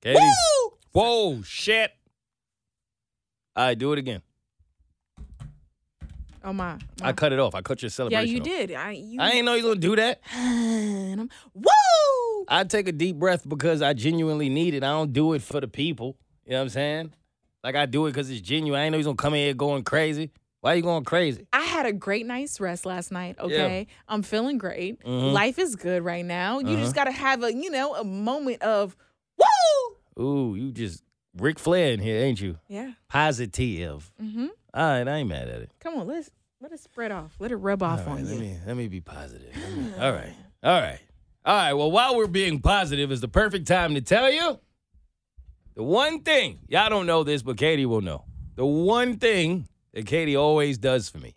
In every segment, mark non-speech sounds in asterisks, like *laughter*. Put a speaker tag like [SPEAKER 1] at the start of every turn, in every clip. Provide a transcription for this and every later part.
[SPEAKER 1] Katie's. Whoa, shit. All right, do it again.
[SPEAKER 2] Oh my!
[SPEAKER 1] I cut it off. I cut your
[SPEAKER 2] yeah,
[SPEAKER 1] celebration.
[SPEAKER 2] you
[SPEAKER 1] off.
[SPEAKER 2] did. I you.
[SPEAKER 1] I ain't know you gonna do that.
[SPEAKER 2] and I'm, *sighs* woo!
[SPEAKER 1] I take a deep breath because I genuinely need it. I don't do it for the people. You know what I'm saying? Like I do it because it's genuine. I ain't know he's gonna come in here going crazy. Why you going crazy?
[SPEAKER 2] I had a great night's rest last night. Okay, I'm feeling great.
[SPEAKER 1] Mm-hmm.
[SPEAKER 2] Life is good right now. You just gotta have a you know a moment of woo.
[SPEAKER 1] Ooh, you just Ric Flair in here, ain't you?
[SPEAKER 2] Yeah.
[SPEAKER 1] Positive.
[SPEAKER 2] Mm-hmm.
[SPEAKER 1] All right, I ain't mad at it.
[SPEAKER 2] Come on, let's let it spread off. Let it rub off
[SPEAKER 1] All right,
[SPEAKER 2] on
[SPEAKER 1] let
[SPEAKER 2] you.
[SPEAKER 1] me let me be positive. Let me- all right, all right, all right. Well, while we're being positive, is the perfect time to tell you the one thing y'all don't know this, but Katie will know. The one thing that Katie always does for me,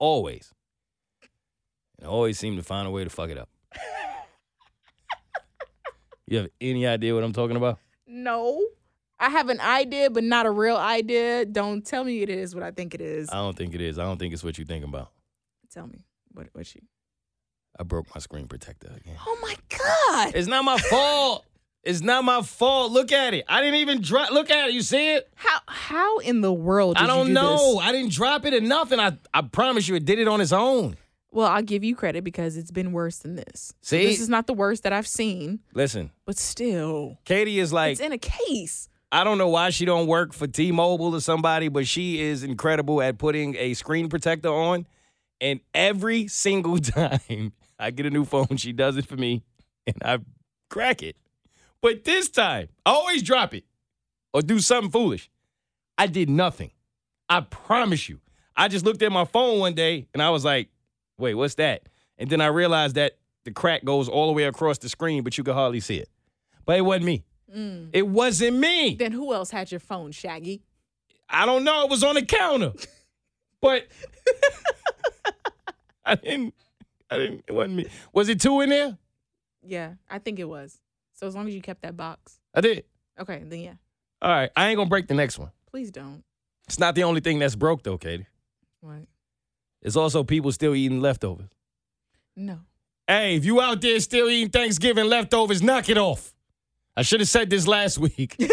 [SPEAKER 1] always, and I always seem to find a way to fuck it up. you have any idea what I'm talking about?
[SPEAKER 2] No, I have an idea, but not a real idea. Don't tell me it is what I think it is.
[SPEAKER 1] I don't think it is. I don't think it's what you think about.
[SPEAKER 2] tell me what what you.
[SPEAKER 1] I broke my screen protector again.
[SPEAKER 2] Oh my god!
[SPEAKER 1] It's not my fault. It's not my fault. Look at it. I didn't even drop. Look at it. You see it?
[SPEAKER 2] How how in the world? Did
[SPEAKER 1] I don't
[SPEAKER 2] you do
[SPEAKER 1] know.
[SPEAKER 2] This?
[SPEAKER 1] I didn't drop it or nothing. I, I promise you, it did it on its own.
[SPEAKER 2] Well, I'll give you credit because it's been worse than this. So
[SPEAKER 1] See?
[SPEAKER 2] this is not the worst that I've seen,
[SPEAKER 1] Listen,
[SPEAKER 2] but still,
[SPEAKER 1] Katie is like,
[SPEAKER 2] it's in a case.
[SPEAKER 1] I don't know why she don't work for T-Mobile or somebody, but she is incredible at putting a screen protector on. And every single *laughs* time I get a new phone, she does it for me, and I crack it. But this time, I always drop it or do something foolish. I did nothing. I promise you. I just looked at my phone one day and I was like, wait, what's that? And then I realized that the crack goes all the way across the screen, but you could hardly see it. But it wasn't me. It wasn't me.
[SPEAKER 2] Mm. Then who else had your phone, Shaggy?
[SPEAKER 1] I don't know. It was on the counter, but I didn't. I didn't. It wasn't me. Was it two in there?
[SPEAKER 2] Yeah, I think it was. So as long as you kept that box,
[SPEAKER 1] I did.
[SPEAKER 2] okay, then yeah.
[SPEAKER 1] All right. I ain't gonna break the next one.
[SPEAKER 2] Please don't.
[SPEAKER 1] It's not the only thing that's broke though, Katie.
[SPEAKER 2] What?
[SPEAKER 1] It's also people still eating leftovers.
[SPEAKER 2] No. *laughs*
[SPEAKER 1] Hey, if you out there still eating Thanksgiving leftovers, knock it off. I should have said this last week.
[SPEAKER 2] yeah,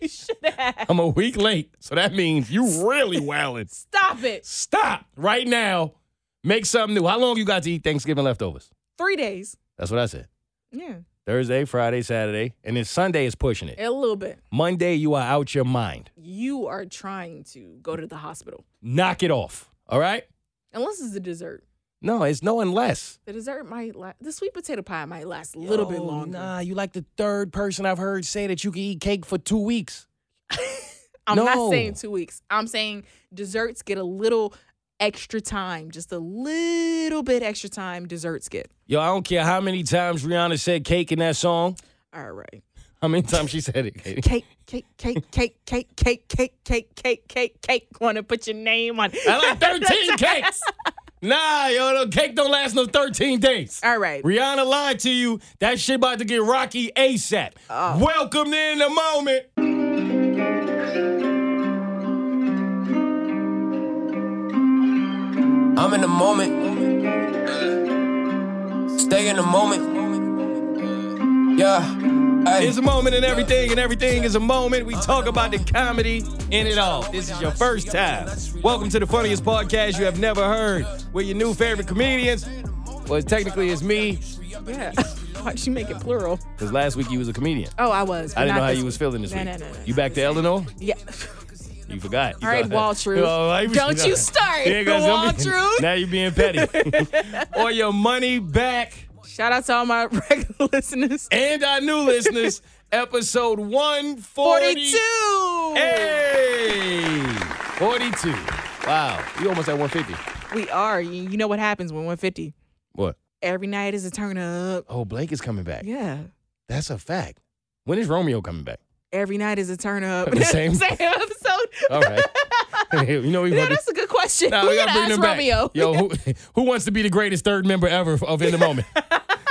[SPEAKER 2] you should have.
[SPEAKER 1] I'm a week late, so that means you really wildin'.
[SPEAKER 2] Stop it.
[SPEAKER 1] Stop right now. Make something new. How long you got to eat Thanksgiving leftovers?
[SPEAKER 2] Three days.
[SPEAKER 1] That's what I said.
[SPEAKER 2] Yeah,
[SPEAKER 1] Thursday, Friday, Saturday, and then Sunday is pushing it.
[SPEAKER 2] a little bit.
[SPEAKER 1] Monday, you are out your mind.
[SPEAKER 2] You are trying to go to the hospital.
[SPEAKER 1] Knock it off. All right?
[SPEAKER 2] Unless it's a dessert.
[SPEAKER 1] No, it's no unless.
[SPEAKER 2] The dessert might last. The sweet potato pie might last a little bit
[SPEAKER 1] Yo,
[SPEAKER 2] longer.
[SPEAKER 1] Oh, Nah, you like the third person I've heard say that you can eat cake for two weeks.
[SPEAKER 2] *laughs* I'm
[SPEAKER 1] No.
[SPEAKER 2] not saying two weeks. I'm saying desserts get a little extra time, just a little bit extra time. Desserts get.
[SPEAKER 1] Yo, I don't care how many times Rihanna said cake in that song.
[SPEAKER 2] All right.
[SPEAKER 1] How many times she said it? *laughs* Katie?
[SPEAKER 2] Cake, cake, cake, cake, cake, cake, cake, cake, cake, cake, cake. Want to put your name on? *laughs*
[SPEAKER 1] I like 13 cakes. Nah, yo, the cake don't last no 13 days.
[SPEAKER 2] All right.
[SPEAKER 1] Rihanna lied to you. That shit about to get rocky ASAP.
[SPEAKER 3] Oh.
[SPEAKER 1] Welcome to in the moment.
[SPEAKER 3] I'm in the moment. Stay in the moment. Yeah. Hey.
[SPEAKER 1] It's a moment in everything, and everything is a moment. We talk about the comedy in it all. This is your first time. Welcome to the funniest podcast you have never heard, where your new favorite comedians, well, technically it's me,
[SPEAKER 2] Yeah. Why'd you make it plural?
[SPEAKER 1] because last week you was a comedian.
[SPEAKER 2] Oh, I was. but
[SPEAKER 1] I didn't
[SPEAKER 2] not
[SPEAKER 1] know how
[SPEAKER 2] this
[SPEAKER 1] you was
[SPEAKER 2] week.
[SPEAKER 1] feeling this
[SPEAKER 2] No,
[SPEAKER 1] week.
[SPEAKER 2] no, no, no.
[SPEAKER 1] You back to Eleanor?
[SPEAKER 2] Yeah.
[SPEAKER 1] You forgot. You
[SPEAKER 2] All right,
[SPEAKER 1] thought-
[SPEAKER 2] wall
[SPEAKER 1] *laughs*
[SPEAKER 2] truth.
[SPEAKER 1] Oh, I-
[SPEAKER 2] Don't you start
[SPEAKER 1] There goes-
[SPEAKER 2] the wall
[SPEAKER 1] don't be-
[SPEAKER 2] truth.
[SPEAKER 1] Now you're being petty.
[SPEAKER 2] *laughs*
[SPEAKER 1] or your money back.
[SPEAKER 2] Shout out to all my *laughs* regular listeners.
[SPEAKER 1] And our new
[SPEAKER 2] *laughs*
[SPEAKER 1] listeners, episode 142.
[SPEAKER 2] Forty-two.
[SPEAKER 1] Hey! 42. Wow. You almost at 150.
[SPEAKER 2] We are. You you know what happens when 150.
[SPEAKER 1] What?
[SPEAKER 2] Every night is a turn up.
[SPEAKER 1] Oh, Blake is coming back.
[SPEAKER 2] Yeah.
[SPEAKER 1] That's a fact. When is Romeo coming back?
[SPEAKER 2] Every night is a turn up. *laughs*
[SPEAKER 1] The same-
[SPEAKER 2] episode.
[SPEAKER 1] All
[SPEAKER 2] *laughs*
[SPEAKER 1] right. *laughs* you know we
[SPEAKER 2] Yeah,
[SPEAKER 1] about to-
[SPEAKER 2] that's a good question.
[SPEAKER 1] Nah,
[SPEAKER 2] we,
[SPEAKER 1] we
[SPEAKER 2] gotta,
[SPEAKER 1] gotta bring them back.
[SPEAKER 2] ask Romeo. *laughs*
[SPEAKER 1] Yo, who, *laughs* who wants to be the greatest third member ever of- of In the Moment?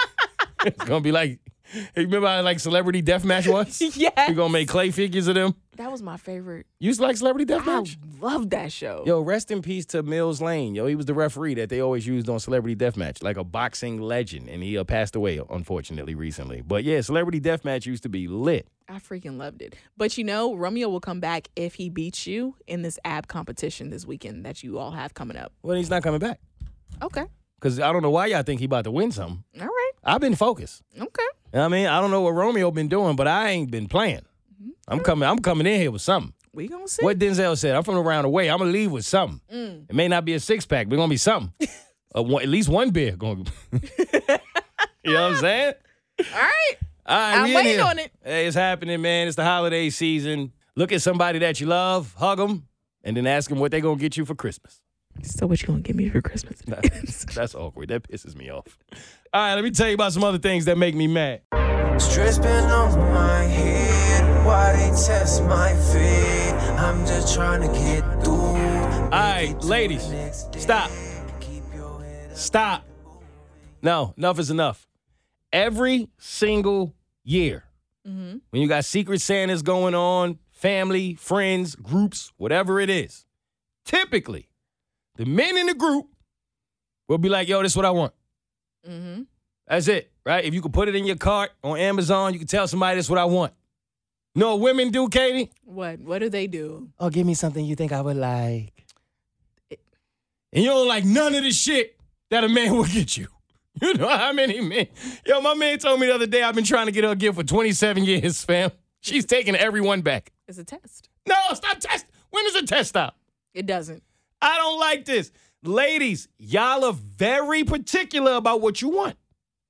[SPEAKER 1] *laughs* it's gonna be like, hey, remember how like Celebrity Deathmatch *laughs* was?
[SPEAKER 2] Yes.
[SPEAKER 1] We gonna make clay figures of them.
[SPEAKER 2] That was my favorite.
[SPEAKER 1] You used to like Celebrity
[SPEAKER 2] I
[SPEAKER 1] Deathmatch?
[SPEAKER 2] love that show.
[SPEAKER 1] Yo, rest in peace to Mills Lane. Yo, he was the referee that they always used on Celebrity Deathmatch, like a boxing legend, and he uh, passed away unfortunately recently. But yeah, Celebrity Deathmatch used to be lit.
[SPEAKER 2] I freaking loved it. But you know, Romeo will come back if he beats you in this ab competition this weekend that you all have coming up.
[SPEAKER 1] Well, he's not coming back
[SPEAKER 2] Okay.
[SPEAKER 1] because I don't know why y'all think he about to win something.
[SPEAKER 2] All right.
[SPEAKER 1] I've been focused.
[SPEAKER 2] Okay.
[SPEAKER 1] You know what I mean, I don't know what Romeo been doing, but I ain't been playing.
[SPEAKER 2] Mm-hmm.
[SPEAKER 1] I'm coming. I'm coming in here with something.
[SPEAKER 2] We gonna see.
[SPEAKER 1] What Denzel said, I'm from around the way. I'm gonna leave with something.
[SPEAKER 2] Mm.
[SPEAKER 1] It may not be a six pack, but it's gonna be something.
[SPEAKER 2] *laughs*
[SPEAKER 1] Uh, one- at least one beer. Going. *laughs* you know what I'm saying?
[SPEAKER 2] All right.
[SPEAKER 1] All right,
[SPEAKER 2] I'm
[SPEAKER 1] we in
[SPEAKER 2] waiting
[SPEAKER 1] here.
[SPEAKER 2] on it.
[SPEAKER 1] Hey, it's happening, man. It's the holiday season. Look at somebody that you love, hug them, and then ask them what they gonna get you for
[SPEAKER 2] *laughs*
[SPEAKER 1] Christmas.
[SPEAKER 2] So what you gonna give me for Christmas? *laughs*
[SPEAKER 1] That's awkward. That pisses me off. All right, let me tell you about some other things that make me mad.
[SPEAKER 3] Stress been on my head. Why they test my feet? I'm just trying to get through.
[SPEAKER 1] All right, ladies, stop. Stop. No, enough is enough. Every single year,
[SPEAKER 2] mm-hmm.
[SPEAKER 1] when you got Secret Santas going on, family, friends, groups, whatever it is, typically the men in the group will be like, yo, this is what I want.
[SPEAKER 2] mm-hmm.
[SPEAKER 1] That's it, right? If you can put it in your cart on Amazon, you can tell somebody this is what I want. No, women do, Katie.
[SPEAKER 2] What? What do they do?
[SPEAKER 1] Oh, give me something you think I would like. And you don't like none of the shit that a man *laughs* will get you. You know how many men? Yo, my man told me the other day I've been trying to get her a gift for 27 years, fam. She's taking everyone back.
[SPEAKER 2] It's a test.
[SPEAKER 1] No, stop test. When is the test stop?
[SPEAKER 2] It doesn't.
[SPEAKER 1] I don't like this. Ladies, y'all are very particular about what you want,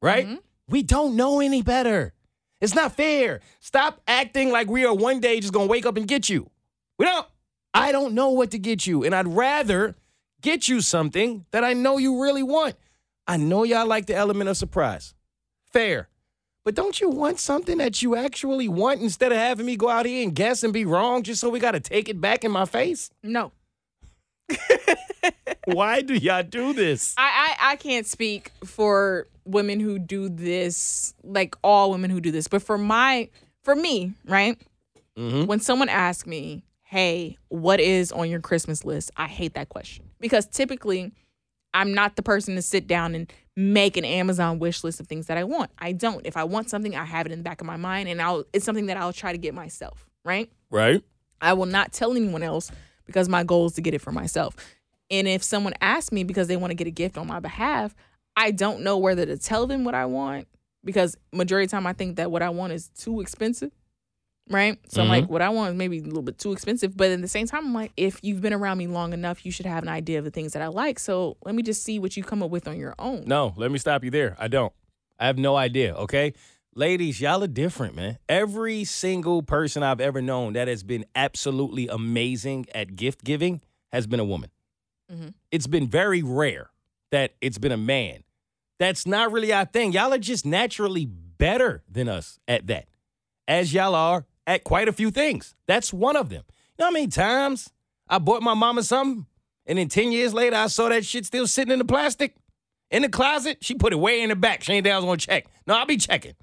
[SPEAKER 1] right? We don't know any better. It's not fair. Stop acting like we are one day just gonna wake up and get you. We don't. I don't know what to get you, and I'd rather get you something that I know you really want. I know y'all like the element of surprise. Fair. But don't you want something that you actually want instead of having me go out here and guess and be wrong just so we gotta take it back in my face?
[SPEAKER 2] No.
[SPEAKER 1] Why do y'all do this?
[SPEAKER 2] I, I I can't speak for women who do this, like all women who do this, but for my for me, right?
[SPEAKER 1] Mhm.
[SPEAKER 2] When someone asks me, "Hey, what is on your Christmas list?" I hate that question because typically I'm not the person to sit down and make an Amazon wish list of things that I want. I don't. If I want something, I have it in the back of my mind and I'll it's something that I'll try to get myself, right?
[SPEAKER 1] Right?
[SPEAKER 2] I will not tell anyone else because my goal is to get it for myself. And if someone asks me because they want to get a gift on my behalf, I don't know whether to tell them what I want because majority of the time I think that what I want is too expensive. Right? So I'm
[SPEAKER 1] Mm-hmm.
[SPEAKER 2] like, what I want is maybe a little bit too expensive. But at the same time, I'm like, if you've been around me long enough, you should have an idea of the things that I like. So let me just see what you come up with on your own.
[SPEAKER 1] No, let me stop you there. I don't. I have no idea, okay? Ladies, y'all are different, man. Every single person I've ever known that has been absolutely amazing at gift giving has been a woman.
[SPEAKER 2] Mhm.
[SPEAKER 1] It's been very rare that it's been a man. That's not really our thing. Y'all are just naturally better than us at that, as y'all are at quite a few things. That's one of them. You know how many times I bought my mama something, and then 10 years later, I saw that shit still sitting in the plastic? In the closet, she put it way in the back. She ain't down gonna check. No, I'll be checking.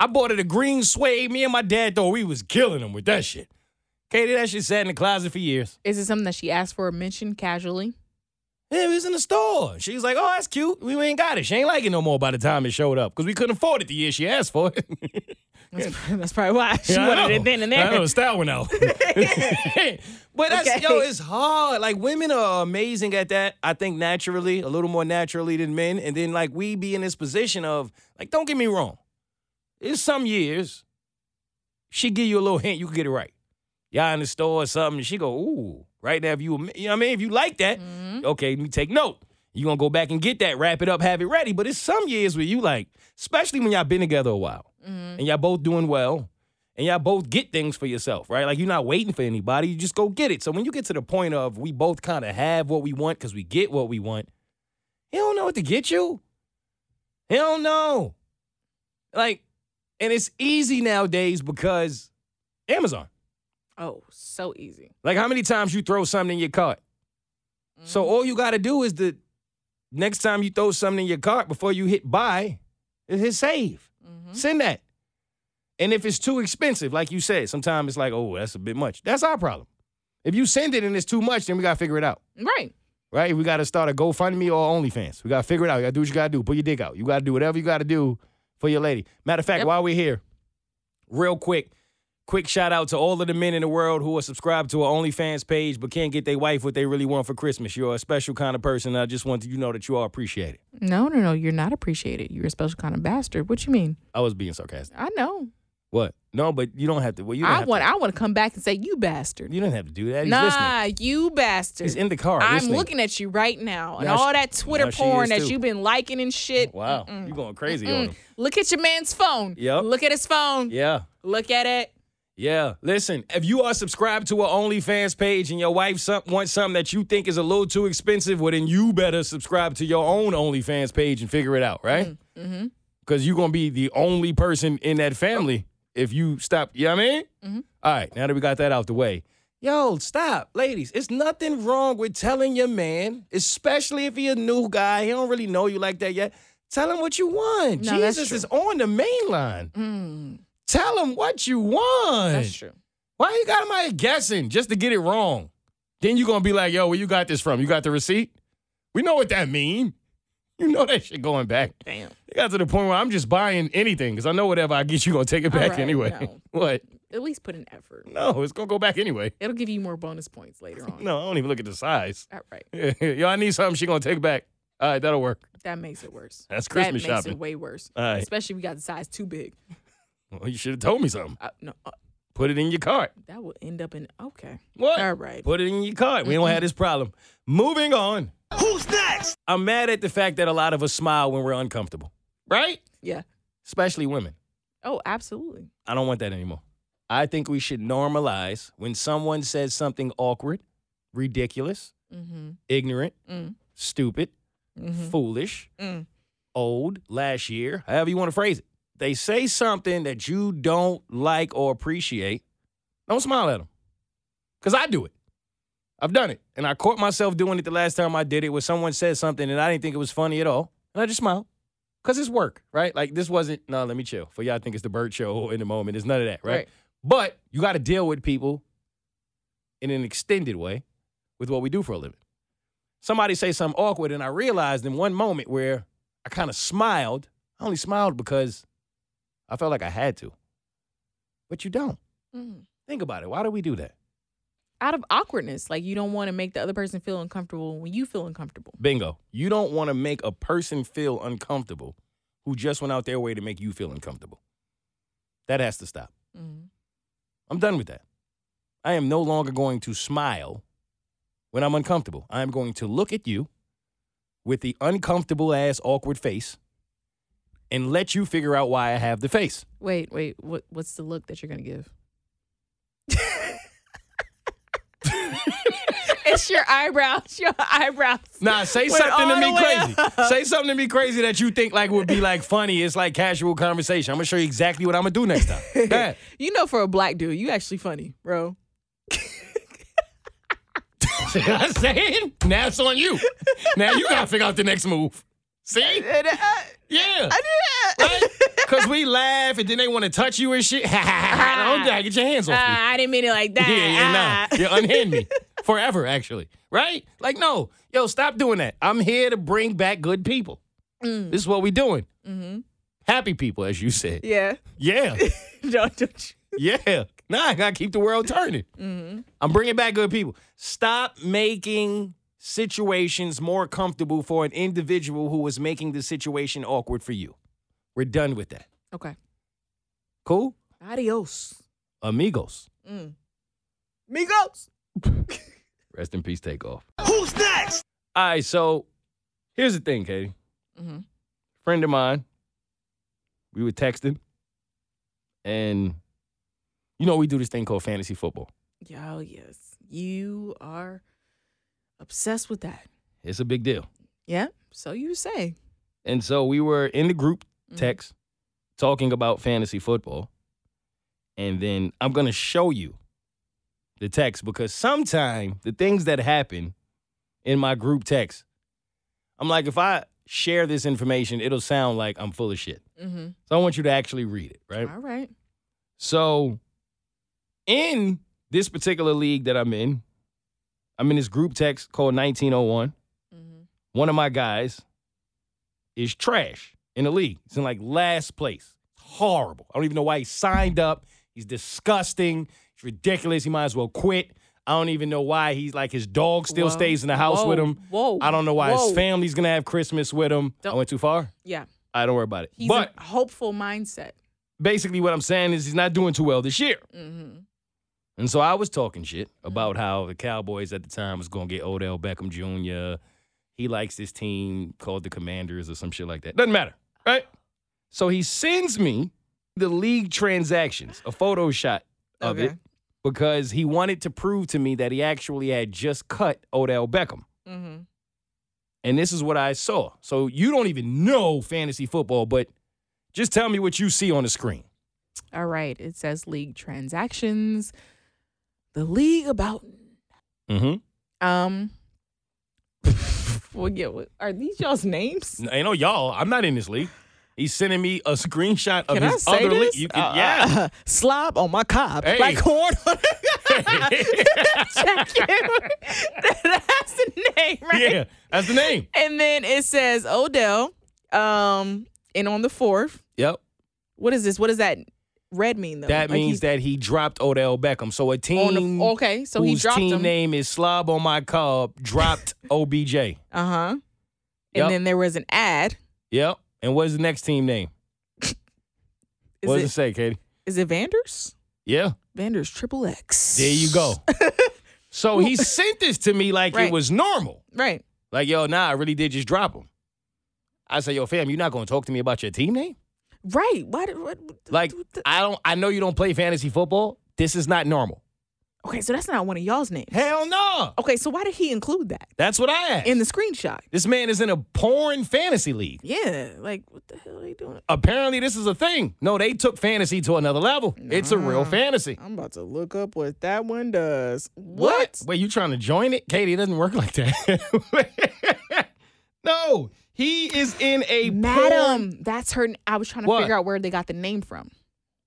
[SPEAKER 1] I bought her the green suede. Me and my dad thought we was killing him with that shit. Katie, that shit sat in the closet for years.
[SPEAKER 2] Is it something that she asked for or mentioned casually?
[SPEAKER 1] Yeah, it was in the store. She was like, oh, that's cute. We ain't got it. She ain't like it no more by the time it showed up because we couldn't afford it the year she asked for it. *laughs*
[SPEAKER 2] That's, *laughs* that's probably why she
[SPEAKER 1] Yeah, I
[SPEAKER 2] wanted
[SPEAKER 1] know.
[SPEAKER 2] it then and
[SPEAKER 1] I know
[SPEAKER 2] there.
[SPEAKER 1] it's that one
[SPEAKER 2] *laughs*
[SPEAKER 1] out. but that's
[SPEAKER 2] Okay.
[SPEAKER 1] yo, it's hard. Like women are amazing at that. I think naturally, a little more naturally than men. And then like we be in this position of like, don't get me wrong. There's some years she give you a little hint, you can get it right. Y'all in the store or something, she go, ooh, right now if you, you know what I mean, if you like that,
[SPEAKER 2] Mm-hmm.
[SPEAKER 1] okay, let me take note. You gonna go back and get that, wrap it up, have it ready. But it's some years where you like, especially when y'all been together a while
[SPEAKER 2] Mm-hmm.
[SPEAKER 1] and y'all both doing well and y'all both get things for yourself, right? Like you're not waiting for anybody, you just go get it. So when you get to the point of we both kind of have what we want because we get what we want, he don't know what to get you. He don't know. Like, And it's easy nowadays because Amazon.
[SPEAKER 2] Oh, so easy.
[SPEAKER 1] Like how many times you throw something in your cart? So all you got to do is the next time you throw something in your cart before you hit buy, is hit save. Send that. And if it's too expensive, like you said, sometimes it's like, oh, that's a bit much. That's our problem. If you send it and it's too much, then we got to figure it out,
[SPEAKER 2] Right.
[SPEAKER 1] right? We got to start a GoFundMe or OnlyFans. We got to figure it out. You got to do what you got to do. Put your dick out. You got to do whatever you got to do for your lady. Matter of fact,
[SPEAKER 2] Yep.
[SPEAKER 1] while we're here, real quick, quick shout out to all of the men in the world who are subscribed to an OnlyFans page but can't get their wife what they really want for Christmas. You're a special kind of person. I just want you to know that you are appreciated.
[SPEAKER 2] No, no, no. You're not appreciated. You're a special kind of bastard. What you mean?
[SPEAKER 1] I was being sarcastic.
[SPEAKER 2] I know.
[SPEAKER 1] What? No, but you don't have to. Well, you don't
[SPEAKER 2] I
[SPEAKER 1] have
[SPEAKER 2] want.
[SPEAKER 1] To,
[SPEAKER 2] I want to come back and say you bastard.
[SPEAKER 1] you don't have to do that. He's listening.
[SPEAKER 2] nah, you bastard.
[SPEAKER 1] He's in the car.
[SPEAKER 2] I'm
[SPEAKER 1] listening.
[SPEAKER 2] looking at you right now, and
[SPEAKER 1] Now she-
[SPEAKER 2] all that Twitter
[SPEAKER 1] now she is
[SPEAKER 2] porn that
[SPEAKER 1] too.
[SPEAKER 2] you've been liking and shit.
[SPEAKER 1] Wow, you going crazy on him?
[SPEAKER 2] Look at your man's phone.
[SPEAKER 1] Yep.
[SPEAKER 2] Look at his phone.
[SPEAKER 1] Yeah.
[SPEAKER 2] Look at it.
[SPEAKER 1] Yeah, listen, if you are subscribed to an OnlyFans page and your wife some, wants something that you think is a little too expensive, well, then you better subscribe to your own OnlyFans page and figure it out, right?
[SPEAKER 2] Mm-hmm.
[SPEAKER 1] Because you're going to be the only person in that family if you stop. You know what I mean?
[SPEAKER 2] Mhm.
[SPEAKER 1] All right, now that we got that out the way. Yo, stop, ladies. It's nothing wrong with telling your man, especially if he a new guy, he don't really know you like that yet. Tell him what you want.
[SPEAKER 2] No, that's
[SPEAKER 1] Jesus
[SPEAKER 2] true.
[SPEAKER 1] is on the main line.
[SPEAKER 2] Mm,
[SPEAKER 1] Tell him what you want.
[SPEAKER 2] that's true.
[SPEAKER 1] Why you got him out here guessing just to get it wrong? Then you gonna be like, yo, where you got this from? You got the receipt? We know what that mean. *laughs* You know that shit going back.
[SPEAKER 2] Damn.
[SPEAKER 1] It got to the point where I'm just buying anything because I know whatever I get, you gonna take it
[SPEAKER 2] All
[SPEAKER 1] back
[SPEAKER 2] right,
[SPEAKER 1] anyway.
[SPEAKER 2] no.
[SPEAKER 1] *laughs* What?
[SPEAKER 2] At least put an effort.
[SPEAKER 1] No, it's gonna go back anyway.
[SPEAKER 2] It'll give you more bonus points later
[SPEAKER 1] *laughs*
[SPEAKER 2] on.
[SPEAKER 1] No, I don't even look at the size. *laughs*
[SPEAKER 2] All right.
[SPEAKER 1] yo, I need something she gonna take back. All right, that'll work.
[SPEAKER 2] That makes it worse.
[SPEAKER 1] That's
[SPEAKER 2] that
[SPEAKER 1] Christmas
[SPEAKER 2] makes
[SPEAKER 1] shopping.
[SPEAKER 2] it way worse.
[SPEAKER 1] All right.
[SPEAKER 2] Especially if you got the size too big.
[SPEAKER 1] Well, you should have told me something.
[SPEAKER 2] I, no, uh,
[SPEAKER 1] Put it in your cart.
[SPEAKER 2] that will end up in okay.
[SPEAKER 1] What?
[SPEAKER 2] All right.
[SPEAKER 1] Put it in your cart. We don't have this problem. Moving on.
[SPEAKER 3] Who's next?
[SPEAKER 1] I'm mad at the fact that a lot of us smile when we're uncomfortable, right?
[SPEAKER 2] Yeah.
[SPEAKER 1] Especially women.
[SPEAKER 2] Oh, absolutely.
[SPEAKER 1] I don't want that anymore. I think we should normalize when someone says something awkward, ridiculous,
[SPEAKER 2] Mm-hmm.
[SPEAKER 1] ignorant,
[SPEAKER 2] Mm.
[SPEAKER 1] stupid,
[SPEAKER 2] Mm-hmm.
[SPEAKER 1] foolish,
[SPEAKER 2] Mm.
[SPEAKER 1] old, last year, however you want to phrase it. They say something that you don't like or appreciate. Don't smile at them. Because I do it. I've done it. And I caught myself doing it the last time I did it where someone said something and I didn't think it was funny at all. And I just smiled. Because it's work, right? Like this wasn't, no, let me chill. For y'all think it's the bird show or in the moment. It's none of that, right?
[SPEAKER 2] Right.
[SPEAKER 1] But you got to deal with people in an extended way with what we do for a living. Somebody say something awkward, and I realized in one moment where I kind of smiled. I only smiled because I felt like I had to. But you don't.
[SPEAKER 2] Mm.
[SPEAKER 1] Think about it. Why do we do that?
[SPEAKER 2] Out of awkwardness, like you don't want to make the other person feel uncomfortable when you feel uncomfortable.
[SPEAKER 1] Bingo. You don't want to make a person feel uncomfortable who just went out their way to make you feel uncomfortable. That has to stop.
[SPEAKER 2] Mm.
[SPEAKER 1] I'm done with that. I am no longer going to smile when I'm uncomfortable. I am going to look at you with the uncomfortable ass awkward face and let you figure out why I have the face.
[SPEAKER 2] Wait, wait. What? What's the look that you're gonna *laughs* give? it's your eyebrows. Your eyebrows.
[SPEAKER 1] Nah, say
[SPEAKER 2] Went
[SPEAKER 1] something to
[SPEAKER 2] all the
[SPEAKER 1] me
[SPEAKER 2] way
[SPEAKER 1] crazy.
[SPEAKER 2] up. *laughs*
[SPEAKER 1] Say something to me crazy that you think like would be like funny. It's like casual conversation. I'm gonna show you exactly what I'm gonna do next
[SPEAKER 2] *laughs*
[SPEAKER 1] time. That.
[SPEAKER 2] You know, for a black dude, you actually funny, bro.
[SPEAKER 1] See what I'm saying? Now it's on you. Now you gotta figure out the next move. See?
[SPEAKER 2] uh,
[SPEAKER 1] Yeah. Right? Cause we laugh and then they wanna touch you and shit. *laughs* Don't die. Get your hands off me.
[SPEAKER 2] Ah, I didn't mean it like
[SPEAKER 1] *laughs*
[SPEAKER 2] that.
[SPEAKER 1] Yeah,
[SPEAKER 2] Ah.
[SPEAKER 1] yeah, nah. You unhand
[SPEAKER 2] *laughs*
[SPEAKER 1] me forever, actually. Right? Like, no, yo, stop doing that. I'm here to bring back good people.
[SPEAKER 2] Mm.
[SPEAKER 1] This is what we doing.
[SPEAKER 2] Mm-hmm.
[SPEAKER 1] Happy people, as you
[SPEAKER 2] *laughs*
[SPEAKER 1] said.
[SPEAKER 2] Yeah.
[SPEAKER 1] Yeah,
[SPEAKER 2] Don't, don't you-
[SPEAKER 1] yeah. Nah, I gotta keep the world turning.
[SPEAKER 2] Mm-hmm.
[SPEAKER 1] I'm bringing back good people. Stop making situations more comfortable for an individual who is making the situation awkward for you. We're done with that.
[SPEAKER 2] Okay.
[SPEAKER 1] Cool,
[SPEAKER 2] Adios.
[SPEAKER 1] amigos.
[SPEAKER 2] Mm. Mm-hmm. Migos. *laughs*
[SPEAKER 1] Rest in peace, takeoff.
[SPEAKER 3] Who's next?
[SPEAKER 1] All right, so here's the thing, Katie.
[SPEAKER 2] Mhm.
[SPEAKER 1] Friend of mine, we were texting, and you know we do this thing called fantasy football.
[SPEAKER 2] Yo, yes. You are obsessed with that.
[SPEAKER 1] It's a big deal.
[SPEAKER 2] Yeah. So you say.
[SPEAKER 1] And so we were in the group
[SPEAKER 2] Mhm.
[SPEAKER 1] text talking about fantasy football. And then I'm going to show you the text because sometime the things that happen in my group text, I'm like, if I share this information, it'll sound like I'm full of shit.
[SPEAKER 2] Mm-hmm.
[SPEAKER 1] So I want you to actually read it, right?
[SPEAKER 2] All right.
[SPEAKER 1] So, in this particular league that I'm in, I'm in this group text called 1901.
[SPEAKER 2] Mm-hmm.
[SPEAKER 1] One of my guys is trash in the league. He's in like last place. It's horrible. I don't even know why he signed up. He's disgusting. He's ridiculous. He might as well quit. I don't even know why he's like his dog still
[SPEAKER 2] Whoa.
[SPEAKER 1] stays in the house
[SPEAKER 2] Whoa.
[SPEAKER 1] with him.
[SPEAKER 2] Whoa.
[SPEAKER 1] I don't know why
[SPEAKER 2] Whoa.
[SPEAKER 1] his family's gonna have Christmas with him. I
[SPEAKER 2] Don't-
[SPEAKER 1] went too far.
[SPEAKER 2] Yeah.
[SPEAKER 1] I don't worry about it.
[SPEAKER 2] He's
[SPEAKER 1] but
[SPEAKER 2] a hopeful mindset.
[SPEAKER 1] basically, what I'm saying is he's not doing too well this year.
[SPEAKER 2] Mm-hmm.
[SPEAKER 1] And so I was talking shit about how the Cowboys at the time was going to get Odell Beckham Jr. He likes this team called the Commanders or some shit like that. Doesn't matter, right? So he sends me the league transactions, a photo shot of
[SPEAKER 2] Okay.
[SPEAKER 1] it, because he wanted to prove to me that he actually had just cut Odell Beckham.
[SPEAKER 2] Mm-hmm.
[SPEAKER 1] And this is what I saw. So you don't even know fantasy football, but just tell me what you see on the screen.
[SPEAKER 2] All right. It says league transactions. The league about
[SPEAKER 1] Mm-hmm.
[SPEAKER 2] um. *laughs* Forget what are these y'all's names?
[SPEAKER 1] You know, y'all, I'm not in this league. He's sending me a screenshot of
[SPEAKER 2] Can I
[SPEAKER 1] his
[SPEAKER 2] say
[SPEAKER 1] other league.
[SPEAKER 2] this?
[SPEAKER 1] You can,
[SPEAKER 2] Uh,
[SPEAKER 1] yeah. *laughs*
[SPEAKER 2] uh, *laughs* slob on my cob,
[SPEAKER 1] Hey.
[SPEAKER 2] like horn
[SPEAKER 1] *laughs*
[SPEAKER 2] on check it. *laughs* That's the name, right?
[SPEAKER 1] Yeah, that's the name.
[SPEAKER 2] And then it says Odell. Um, and on the fourth,
[SPEAKER 1] Yep.
[SPEAKER 2] what is this? What does that red mean though?
[SPEAKER 1] That
[SPEAKER 2] Like,
[SPEAKER 1] means
[SPEAKER 2] he's
[SPEAKER 1] that he dropped Odell Beckham. So a
[SPEAKER 2] on
[SPEAKER 1] team
[SPEAKER 2] the, okay. So he
[SPEAKER 1] whose
[SPEAKER 2] dropped
[SPEAKER 1] team
[SPEAKER 2] him.
[SPEAKER 1] name is Slob on My Cub
[SPEAKER 2] *laughs*
[SPEAKER 1] dropped OBJ. Yep.
[SPEAKER 2] Uh huh. And
[SPEAKER 1] Yep.
[SPEAKER 2] then there was an ad.
[SPEAKER 1] And what's the next team name?
[SPEAKER 2] Is
[SPEAKER 1] what
[SPEAKER 2] it
[SPEAKER 1] does it say, Katie?
[SPEAKER 2] is it Vanders?
[SPEAKER 1] Yeah.
[SPEAKER 2] Vanders triple X.
[SPEAKER 1] There you
[SPEAKER 2] *laughs*
[SPEAKER 1] go. so he sent this to me like it
[SPEAKER 2] Right.
[SPEAKER 1] was normal.
[SPEAKER 2] Right.
[SPEAKER 1] Like, yo, nah, I really did just drop him. I said, yo, fam, you're not gonna talk to me about your team name?
[SPEAKER 2] Right. Why? did- What? what-
[SPEAKER 1] Like, I don't I know you don't play fantasy football. This is not normal.
[SPEAKER 2] Okay, so that's not one of y'all's names.
[SPEAKER 1] Hell no.
[SPEAKER 2] Okay, so why did he include that
[SPEAKER 1] That's what I asked.
[SPEAKER 2] in the screenshot?
[SPEAKER 1] this man is in a porn fantasy league.
[SPEAKER 2] Yeah. Like, what the hell are you doing?
[SPEAKER 1] apparently this is a thing. No, they took fantasy to another level. It's a real fantasy.
[SPEAKER 2] I'm about to look up what that one does.
[SPEAKER 1] Wait, you trying to join it? Katie, it doesn't work like that. *laughs* no, he is in a porn-
[SPEAKER 2] Madam, that's her. I was trying to
[SPEAKER 1] What?
[SPEAKER 2] figure out where they got the name from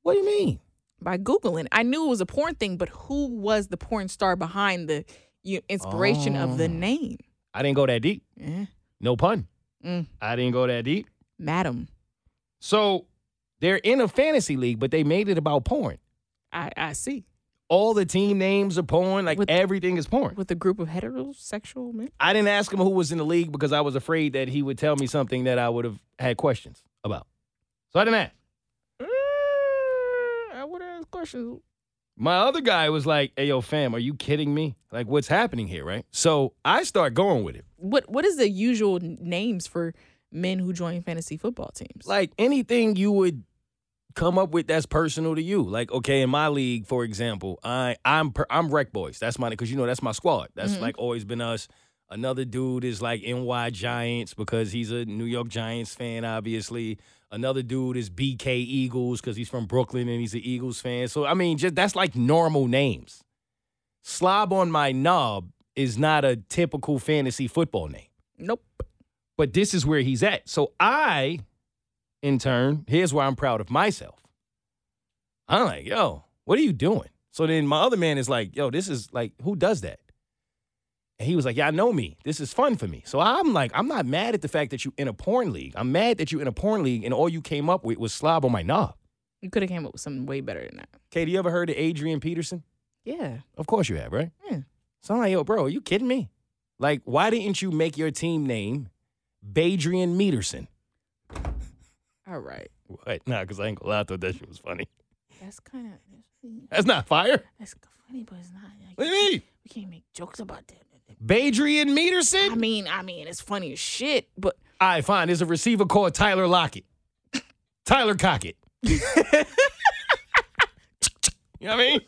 [SPEAKER 1] What do you mean?
[SPEAKER 2] by googling. I knew it was a porn thing, but who was the porn star behind the you, inspiration of
[SPEAKER 1] Oh.
[SPEAKER 2] the name?
[SPEAKER 1] I didn't go that deep.
[SPEAKER 2] Eh,
[SPEAKER 1] No pun.
[SPEAKER 2] Mm.
[SPEAKER 1] I didn't go that deep.
[SPEAKER 2] Madam,
[SPEAKER 1] So they're in a fantasy league, but they made it about porn.
[SPEAKER 2] I, I see
[SPEAKER 1] All the team names are porn. Like
[SPEAKER 2] With-
[SPEAKER 1] everything is porn.
[SPEAKER 2] with a group of heterosexual men.
[SPEAKER 1] I didn't ask him who was in the league because I was afraid that he would tell me something that I would have had questions about. So I didn't ask.
[SPEAKER 2] Mm, I would ask questions.
[SPEAKER 1] My other guy was like, hey, yo, fam, are you kidding me? Like, what's happening here, right? So I start going with it.
[SPEAKER 2] What What is the usual n- names for men who join fantasy football teams?
[SPEAKER 1] Like, anything you would come up with that's personal to you. Like, okay, in my league, for example, I, I'm per, I'm Rec Boys. That's my, because you know, that's my squad. That's
[SPEAKER 2] Mhm.
[SPEAKER 1] like always been us. Another dude is like NY Giants because he's a New York Giants fan, obviously. Another dude is BK Eagles because he's from Brooklyn and he's an Eagles fan. So I mean, just that's like normal names. Slob on my knob is not a typical fantasy football name,
[SPEAKER 2] nope.
[SPEAKER 1] but this is where he's at. So I, in turn, here's where I'm proud of myself. I'm like, yo, what are you doing? So then my other man is like, yo, this is like, who does that? And he was like, yeah, I know me. This is fun for me. So I'm like, I'm not mad at the fact that you in a porn league. I'm mad that you in a porn league and all you came up with was slob on my knob.
[SPEAKER 2] You could have came up with something way better than that.
[SPEAKER 1] Katie, you ever heard of Adrian Peterson?
[SPEAKER 2] Yeah.
[SPEAKER 1] Of course you have, right?
[SPEAKER 2] Yeah.
[SPEAKER 1] So I'm like, yo, bro, are you kidding me? Like, why didn't you make your team name Badrian Meterson?
[SPEAKER 2] All right.
[SPEAKER 1] What? Nah, because I ain't gonna lie, I thought that shit was funny.
[SPEAKER 2] That's kind of
[SPEAKER 1] That's not fire.
[SPEAKER 2] that's funny, but it's not.
[SPEAKER 1] What do you mean?
[SPEAKER 2] We can't make jokes about that.
[SPEAKER 1] Badrian Meterson?
[SPEAKER 2] I mean, I mean, it's funny as shit, but
[SPEAKER 1] All right, fine. There's a receiver called Tyler Lockett. Tyler Cockett. *laughs* you know what I mean?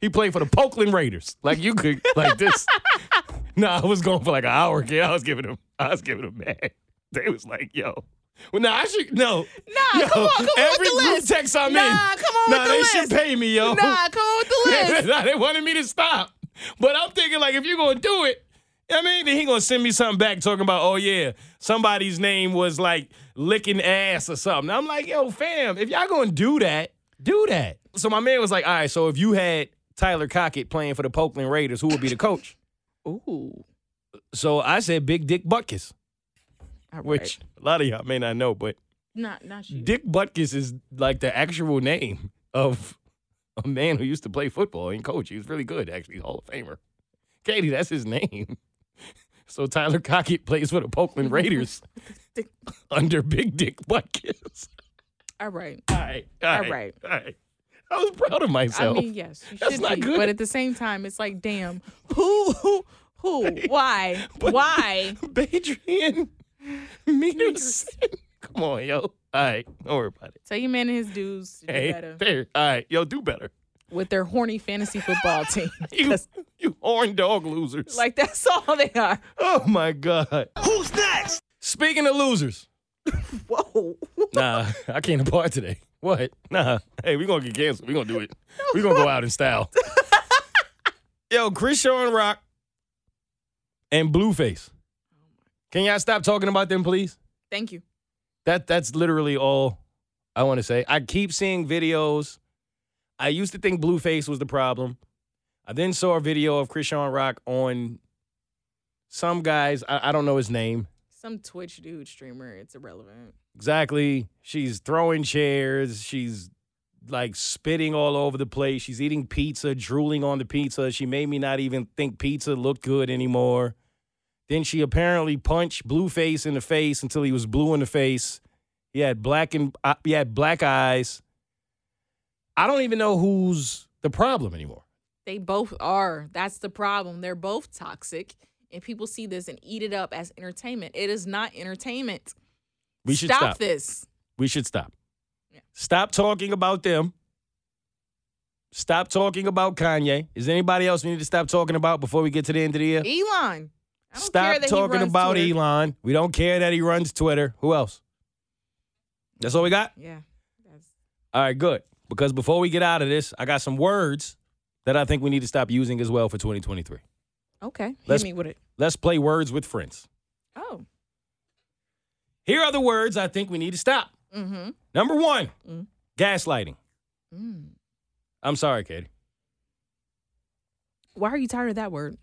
[SPEAKER 1] He played for the Oakland Raiders. Like you could like this. *laughs* no, I was going for like an hour, kid. I was giving him I was giving him mad. They was like, yo, Well, no, I should no.
[SPEAKER 2] Nah,
[SPEAKER 1] Yo,
[SPEAKER 2] come on, come on
[SPEAKER 1] every
[SPEAKER 2] with the
[SPEAKER 1] group
[SPEAKER 2] list.
[SPEAKER 1] text I'm
[SPEAKER 2] nah,
[SPEAKER 1] in.
[SPEAKER 2] come on
[SPEAKER 1] nah,
[SPEAKER 2] with the
[SPEAKER 1] they
[SPEAKER 2] list.
[SPEAKER 1] should pay me, yo.
[SPEAKER 2] Nah, come on with *laughs* the
[SPEAKER 1] *laughs*
[SPEAKER 2] list.
[SPEAKER 1] nah, they wanted me to stop. But I'm thinking like if you're gonna do it, I mean, then he gonna send me something back talking about, oh yeah, somebody's name was like licking ass or something. I'm like, yo, fam, if y'all gonna do that, do that. So my man was like, all right, so if you had Tyler Cockett playing for the Oakland Raiders, who would be the coach?
[SPEAKER 2] Ooh,
[SPEAKER 1] So I said Big Dick Butkus,
[SPEAKER 2] all right.
[SPEAKER 1] which a lot of y'all may not know, but
[SPEAKER 2] not not you.
[SPEAKER 1] Dick Butkus is like the actual name of a man who used to play football and coach. He was really good, actually, Hall of Famer. Katie, that's his name. *laughs* So Tyler Cockett plays for the
[SPEAKER 2] *laughs*
[SPEAKER 1] Oakland Raiders
[SPEAKER 2] Dick-
[SPEAKER 1] under Big Dick Butkus.
[SPEAKER 2] All right.
[SPEAKER 1] All right, all right,
[SPEAKER 2] All right.
[SPEAKER 1] all right. I was proud of
[SPEAKER 2] I
[SPEAKER 1] myself. *laughs*
[SPEAKER 2] mean, yes, you
[SPEAKER 1] That's
[SPEAKER 2] should
[SPEAKER 1] not
[SPEAKER 2] be,
[SPEAKER 1] good.
[SPEAKER 2] but at the same time, it's like, damn, who, who, who,
[SPEAKER 1] *laughs*
[SPEAKER 2] why, why?
[SPEAKER 1] Badrian Meterson. *laughs* Come on, yo. All right, don't worry about it.
[SPEAKER 2] Tell your man and his dudes to do
[SPEAKER 1] Hey,
[SPEAKER 2] better
[SPEAKER 1] there. All right, yo, do better.
[SPEAKER 2] with their horny fantasy football team.
[SPEAKER 1] *laughs* You, you horn dog losers.
[SPEAKER 2] like that's all they are.
[SPEAKER 1] Oh my God. Who's next? Speaking of losers.
[SPEAKER 2] Whoa.
[SPEAKER 1] Nah, I can't apart today. What? Nah. Hey, we're gonna get canceled. We're gonna do it. We're gonna go out in *laughs* style. Yo, Chris Shawn Rock and Blueface. Can y'all stop talking about them, please?
[SPEAKER 2] Thank you.
[SPEAKER 1] That that's literally all I want to say. I keep seeing videos. I used to think Blueface was the problem. I then saw a video of Chris Shawn Rock on some guys, I, I don't know his name.
[SPEAKER 2] Some Twitch dude streamer. It's irrelevant.
[SPEAKER 1] Exactly. She's throwing chairs. She's like spitting all over the place. She's eating pizza, drooling on the pizza. She made me not even think pizza looked good anymore. Then she apparently punched Blueface in the face until he was blue in the face. He had black and uh, he had black eyes. I don't even know who's the problem anymore.
[SPEAKER 2] They both are. That's the problem. They're both toxic, and people see this and eat it up as entertainment. It is not entertainment.
[SPEAKER 1] We should
[SPEAKER 2] stop
[SPEAKER 1] stop.
[SPEAKER 2] this.
[SPEAKER 1] We should stop.
[SPEAKER 2] Yeah.
[SPEAKER 1] Stop talking about them. Stop talking about Kanye. Is there anybody else we need to stop talking about before we get to the end of the year?
[SPEAKER 2] Elon. I don't care
[SPEAKER 1] Stop
[SPEAKER 2] that he
[SPEAKER 1] talking
[SPEAKER 2] runs
[SPEAKER 1] about
[SPEAKER 2] Twitter.
[SPEAKER 1] Elon. We don't care that he runs Twitter. Who else? That's all we got?
[SPEAKER 2] Yeah. That's,
[SPEAKER 1] All right, good. Because before we get out of this, I got some words that I think we need to stop using as well for 2023.
[SPEAKER 2] okay.
[SPEAKER 1] Let's-
[SPEAKER 2] Hit me with it.
[SPEAKER 1] Let's play words with friends.
[SPEAKER 2] Oh.
[SPEAKER 1] Here are the words I think we need to stop.
[SPEAKER 2] Mm-hmm.
[SPEAKER 1] Number one,
[SPEAKER 2] Mm.
[SPEAKER 1] gaslighting.
[SPEAKER 2] Mm.
[SPEAKER 1] I'm sorry, Katie.
[SPEAKER 2] Why are you tired of that word?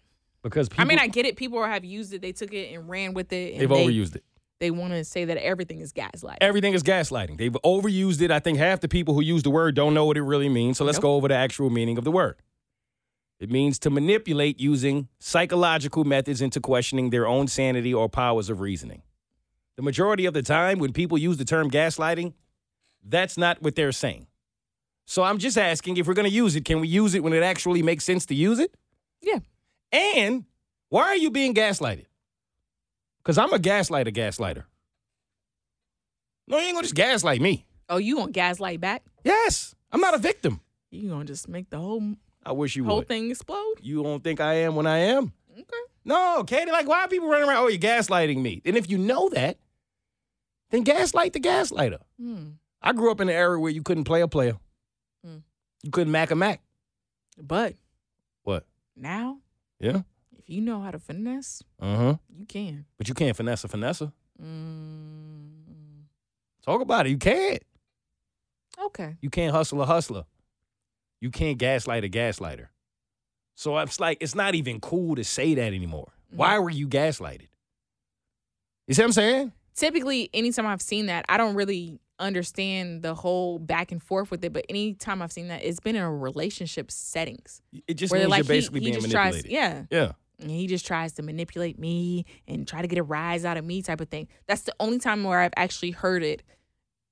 [SPEAKER 1] Because people,
[SPEAKER 2] I mean, I get it. People have used it. They took it and ran with it. And
[SPEAKER 1] they've
[SPEAKER 2] they,
[SPEAKER 1] overused it.
[SPEAKER 2] They want to say that everything is gaslight.
[SPEAKER 1] Everything is gaslighting. They've overused it. I think half the people who use the word don't know what it really means. So let's
[SPEAKER 2] Nope.
[SPEAKER 1] go over the actual meaning of the word. It means to manipulate using psychological methods into questioning their own sanity or powers of reasoning. The majority of the time when people use the term gaslighting, that's not what they're saying. So I'm just asking if we're going to use it, can we use it when it actually makes sense to use it?
[SPEAKER 2] Yeah.
[SPEAKER 1] And why are you being gaslighted? Because I'm a gaslighter, gaslighter. No, you ain't gonna just gaslight me.
[SPEAKER 2] oh, you gonna gaslight back?
[SPEAKER 1] Yes, I'm not a victim.
[SPEAKER 2] You gonna just make the whole
[SPEAKER 1] I wish you
[SPEAKER 2] whole
[SPEAKER 1] would.
[SPEAKER 2] thing explode?
[SPEAKER 1] You don't think I am when I am?
[SPEAKER 2] Okay.
[SPEAKER 1] No, Katie, like, why are people running around? Oh, you're gaslighting me. And if you know that, then gaslight the gaslighter.
[SPEAKER 2] Hmm.
[SPEAKER 1] I grew up in an era where you couldn't play a player,
[SPEAKER 2] Hmm.
[SPEAKER 1] you couldn't mac a mac.
[SPEAKER 2] But
[SPEAKER 1] What?
[SPEAKER 2] now,
[SPEAKER 1] Yeah.
[SPEAKER 2] if you know how to finesse,
[SPEAKER 1] Uh huh.
[SPEAKER 2] you can.
[SPEAKER 1] But you can't finesse a finesser.
[SPEAKER 2] Mm.
[SPEAKER 1] Talk about it. You can't.
[SPEAKER 2] Okay.
[SPEAKER 1] You can't hustle a hustler. You can't gaslight a gaslighter. So it's like it's not even cool to say that anymore.
[SPEAKER 2] Mm-hmm.
[SPEAKER 1] Why were you gaslighted? You see what I'm saying?
[SPEAKER 2] typically anytime I've seen that, I don't really understand the whole back and forth with it, but anytime I've seen that, it's been in a relationship settings.
[SPEAKER 1] It just
[SPEAKER 2] where they're
[SPEAKER 1] means
[SPEAKER 2] like
[SPEAKER 1] you're basically
[SPEAKER 2] he, he
[SPEAKER 1] being
[SPEAKER 2] just tries
[SPEAKER 1] manipulated.
[SPEAKER 2] yeah.
[SPEAKER 1] yeah.
[SPEAKER 2] And he just tries to manipulate me and try to get a rise out of me type of thing. That's the only time where I've actually heard it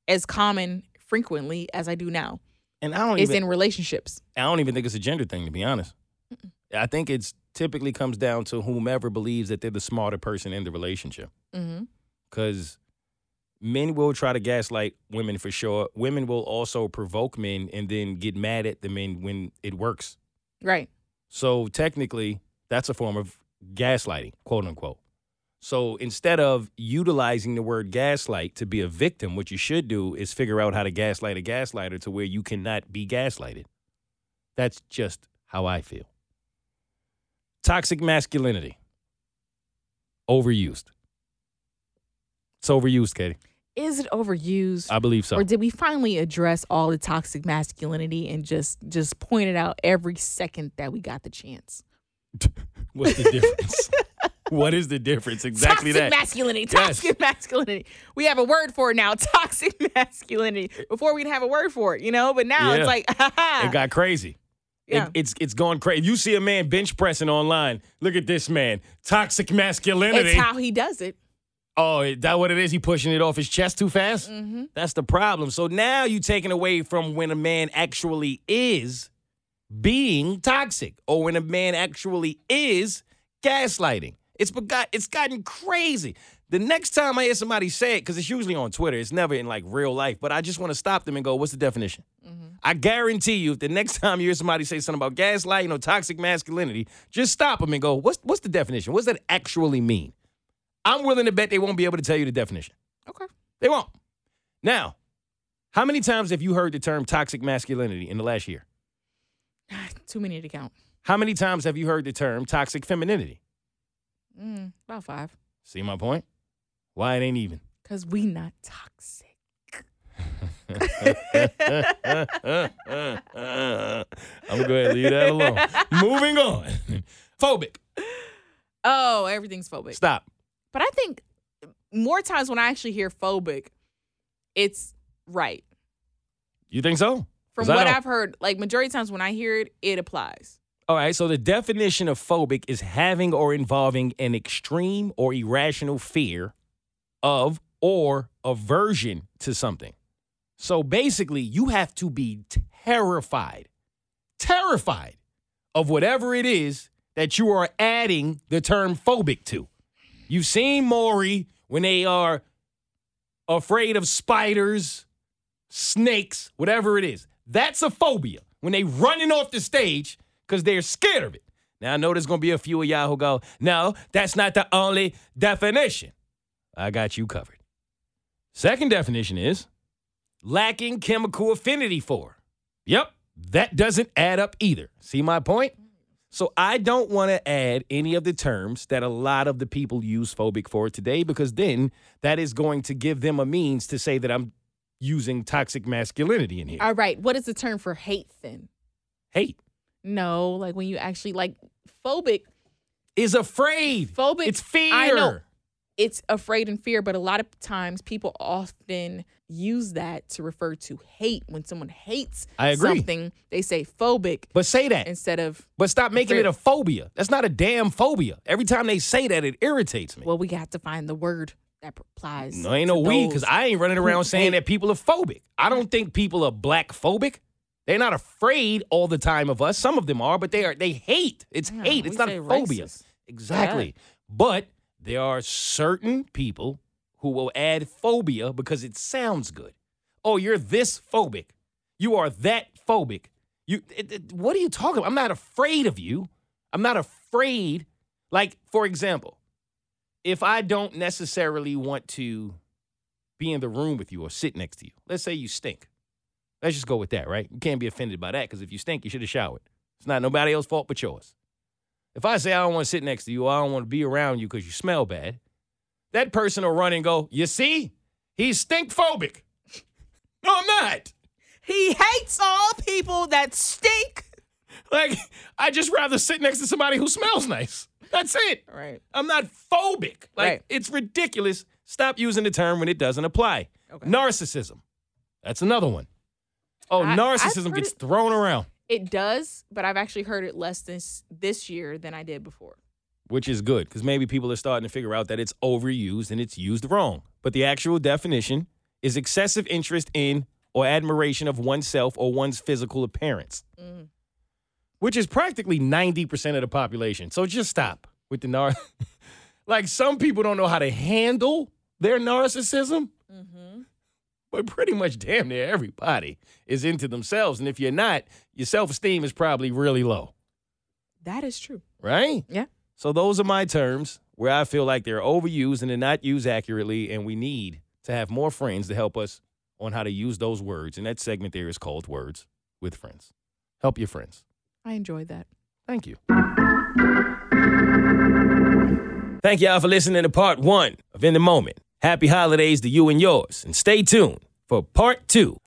[SPEAKER 2] as common frequently as I do now.
[SPEAKER 1] And I don't
[SPEAKER 2] It's
[SPEAKER 1] even
[SPEAKER 2] in relationships.
[SPEAKER 1] I don't even think it's a gender thing to be honest. I think it's typically comes down to whomever believes that they're the smarter person in the relationship.
[SPEAKER 2] Mm-hmm.
[SPEAKER 1] Cause men will try to gaslight women for sure. Women will also provoke men and then get mad at the men when it works.
[SPEAKER 2] Right.
[SPEAKER 1] So technically, that's a form of gaslighting, quote unquote. So instead of utilizing the word gaslight to be a victim, what you should do is figure out how to gaslight a gaslighter to where you cannot be gaslighted. That's just how I feel. Toxic masculinity. Overused. It's overused, Katie.
[SPEAKER 2] Is it overused?
[SPEAKER 1] I believe so.
[SPEAKER 2] Or did we finally address all the toxic masculinity and just just point it out every second that we got the chance?
[SPEAKER 1] What's the
[SPEAKER 2] *laughs*
[SPEAKER 1] difference? what is the difference? Exactly
[SPEAKER 2] toxic
[SPEAKER 1] that.
[SPEAKER 2] masculinity.
[SPEAKER 1] Yes.
[SPEAKER 2] Toxic masculinity. We have a word for it now. *laughs* Toxic masculinity. Before we didn't have a word for it, you know. But now
[SPEAKER 1] Yeah.
[SPEAKER 2] it's like, *laughs* ha ha.
[SPEAKER 1] it got crazy.
[SPEAKER 2] yeah.
[SPEAKER 1] It, it's it's gone crazy. You see a man bench pressing online. Look at this man. Toxic masculinity.
[SPEAKER 2] it's how he does it.
[SPEAKER 1] oh, is that what it is? He pushing it off his chest too fast?
[SPEAKER 2] Mm-hmm.
[SPEAKER 1] That's the problem. So now you taking away from when a man actually is being toxic or when a man actually is gaslighting. It's begot, it's gotten crazy. The next time I hear somebody say it, because it's usually on Twitter, it's never in like real life, but I just want to stop them and go, what's the definition? I guarantee you, if the next time you hear somebody say something about gaslighting or toxic masculinity, just stop them and go, what's, what's the definition? What's that actually mean? I'm willing to bet they won't be able to tell you the definition.
[SPEAKER 2] Okay.
[SPEAKER 1] They won't. Now, how many times have you heard the term toxic masculinity in the last year?
[SPEAKER 2] *sighs* Too many to count.
[SPEAKER 1] How many times have you heard the term toxic femininity?
[SPEAKER 2] Mm, about five.
[SPEAKER 1] See my point? Why it ain't even. *laughs*
[SPEAKER 2] Cause we not toxic.
[SPEAKER 1] I'm gonna go ahead and leave that alone. Moving on. *laughs* Phobic.
[SPEAKER 2] Oh, everything's phobic.
[SPEAKER 1] Stop.
[SPEAKER 2] But I think more times when I actually hear phobic, it's right.
[SPEAKER 1] You think so?
[SPEAKER 2] From
[SPEAKER 1] 'Cause I
[SPEAKER 2] what
[SPEAKER 1] don't.
[SPEAKER 2] I've heard, like majority of times when I hear it, it applies.
[SPEAKER 1] All right, so the definition of phobic is having or involving an extreme or irrational fear of or aversion to something. So basically, you have to be terrified, terrified of whatever it is that you are adding the term phobic to. You've seen Maury when they are afraid of spiders, snakes, whatever it is. That's a phobia when they running off the stage because they're scared of it. Now I know there's gonna be a few of y'all who go, no, that's not the only definition. I got you covered. Second definition is lacking chemical affinity for. Yep, that doesn't add up either. See my point? So I don't want to add any of the terms that a lot of the people use phobic for today because then that is going to give them a means to say that I'm using toxic masculinity in here.
[SPEAKER 2] All right. What is the term for hate then?
[SPEAKER 1] Hate
[SPEAKER 2] No, like when you actually like phobic,
[SPEAKER 1] is afraid.
[SPEAKER 2] Phobic-
[SPEAKER 1] It's fear.
[SPEAKER 2] I know. it's afraid and fear, but a lot of times people often use that to refer to hate. When someone hates
[SPEAKER 1] I agree. Eh.
[SPEAKER 2] something, they say phobic
[SPEAKER 1] But say that.
[SPEAKER 2] instead of
[SPEAKER 1] But stop making
[SPEAKER 2] Afraid.
[SPEAKER 1] it a phobia. That's not a damn phobia. Every time they say that, it irritates me.
[SPEAKER 2] well, we got to find the word that applies.
[SPEAKER 1] no, ain't
[SPEAKER 2] to
[SPEAKER 1] no we,
[SPEAKER 2] those.
[SPEAKER 1] because I ain't running
[SPEAKER 2] who
[SPEAKER 1] around saying
[SPEAKER 2] hate.
[SPEAKER 1] that people are phobic. I don't think people are black phobic. They're not afraid all the time of us. Some of them are, but they are. They hate. It's
[SPEAKER 2] Yeah,
[SPEAKER 1] hate.
[SPEAKER 2] we
[SPEAKER 1] It's not
[SPEAKER 2] say
[SPEAKER 1] a phobia.
[SPEAKER 2] racist.
[SPEAKER 1] Exactly. But there are certain people who will add phobia because it sounds good. Oh, you're this phobic. You are that phobic. You it- it- what are you talking about? I'm not afraid of you. I'm not afraid. Like for example, if I don't necessarily want to be in the room with you or sit next to you. Let's say you stink. Let's just go with that, right? You can't be offended by that because if you stink, you should have showered. It's not nobody else's fault but yours. If I say I don't want to sit next to you or I don't want to be around you because you smell bad, that person will run and go, You see, he's stink phobic. no, I'm not.
[SPEAKER 2] He hates all people that stink.
[SPEAKER 1] Like, I just rather sit next to somebody who smells nice. That's it.
[SPEAKER 2] Right.
[SPEAKER 1] I'm not phobic. Like,
[SPEAKER 2] Right.
[SPEAKER 1] it's ridiculous. Stop using the term when it doesn't apply.
[SPEAKER 2] Okay.
[SPEAKER 1] Narcissism. That's another one. Oh,
[SPEAKER 2] I- I've
[SPEAKER 1] narcissism
[SPEAKER 2] heard
[SPEAKER 1] gets
[SPEAKER 2] it-
[SPEAKER 1] thrown around,
[SPEAKER 2] It does, but I've actually heard it less this this year than I did before.
[SPEAKER 1] which is good because maybe people are starting to figure out that it's overused and it's used wrong. But the actual definition is excessive interest in or admiration of oneself or one's physical appearance,
[SPEAKER 2] Mm.
[SPEAKER 1] which is practically 90% of the population. So just stop with the nar. *laughs* like some people don't know how to handle their narcissism.
[SPEAKER 2] Mm-hmm.
[SPEAKER 1] but pretty much damn near everybody is into themselves. And if you're not, your self esteem is probably really low,
[SPEAKER 2] That is true.
[SPEAKER 1] right?
[SPEAKER 2] Yeah.
[SPEAKER 1] So those are my terms. where I feel like they're overused and they're not used accurately, and we need to have more friends to help us on how to use those words. And that segment there is called Words with Friends. Help your friends.
[SPEAKER 2] I enjoyed that.
[SPEAKER 1] Thank you. Thank y'all for listening to part one of In the Moment. Happy holidays to you and yours, and stay tuned for part two.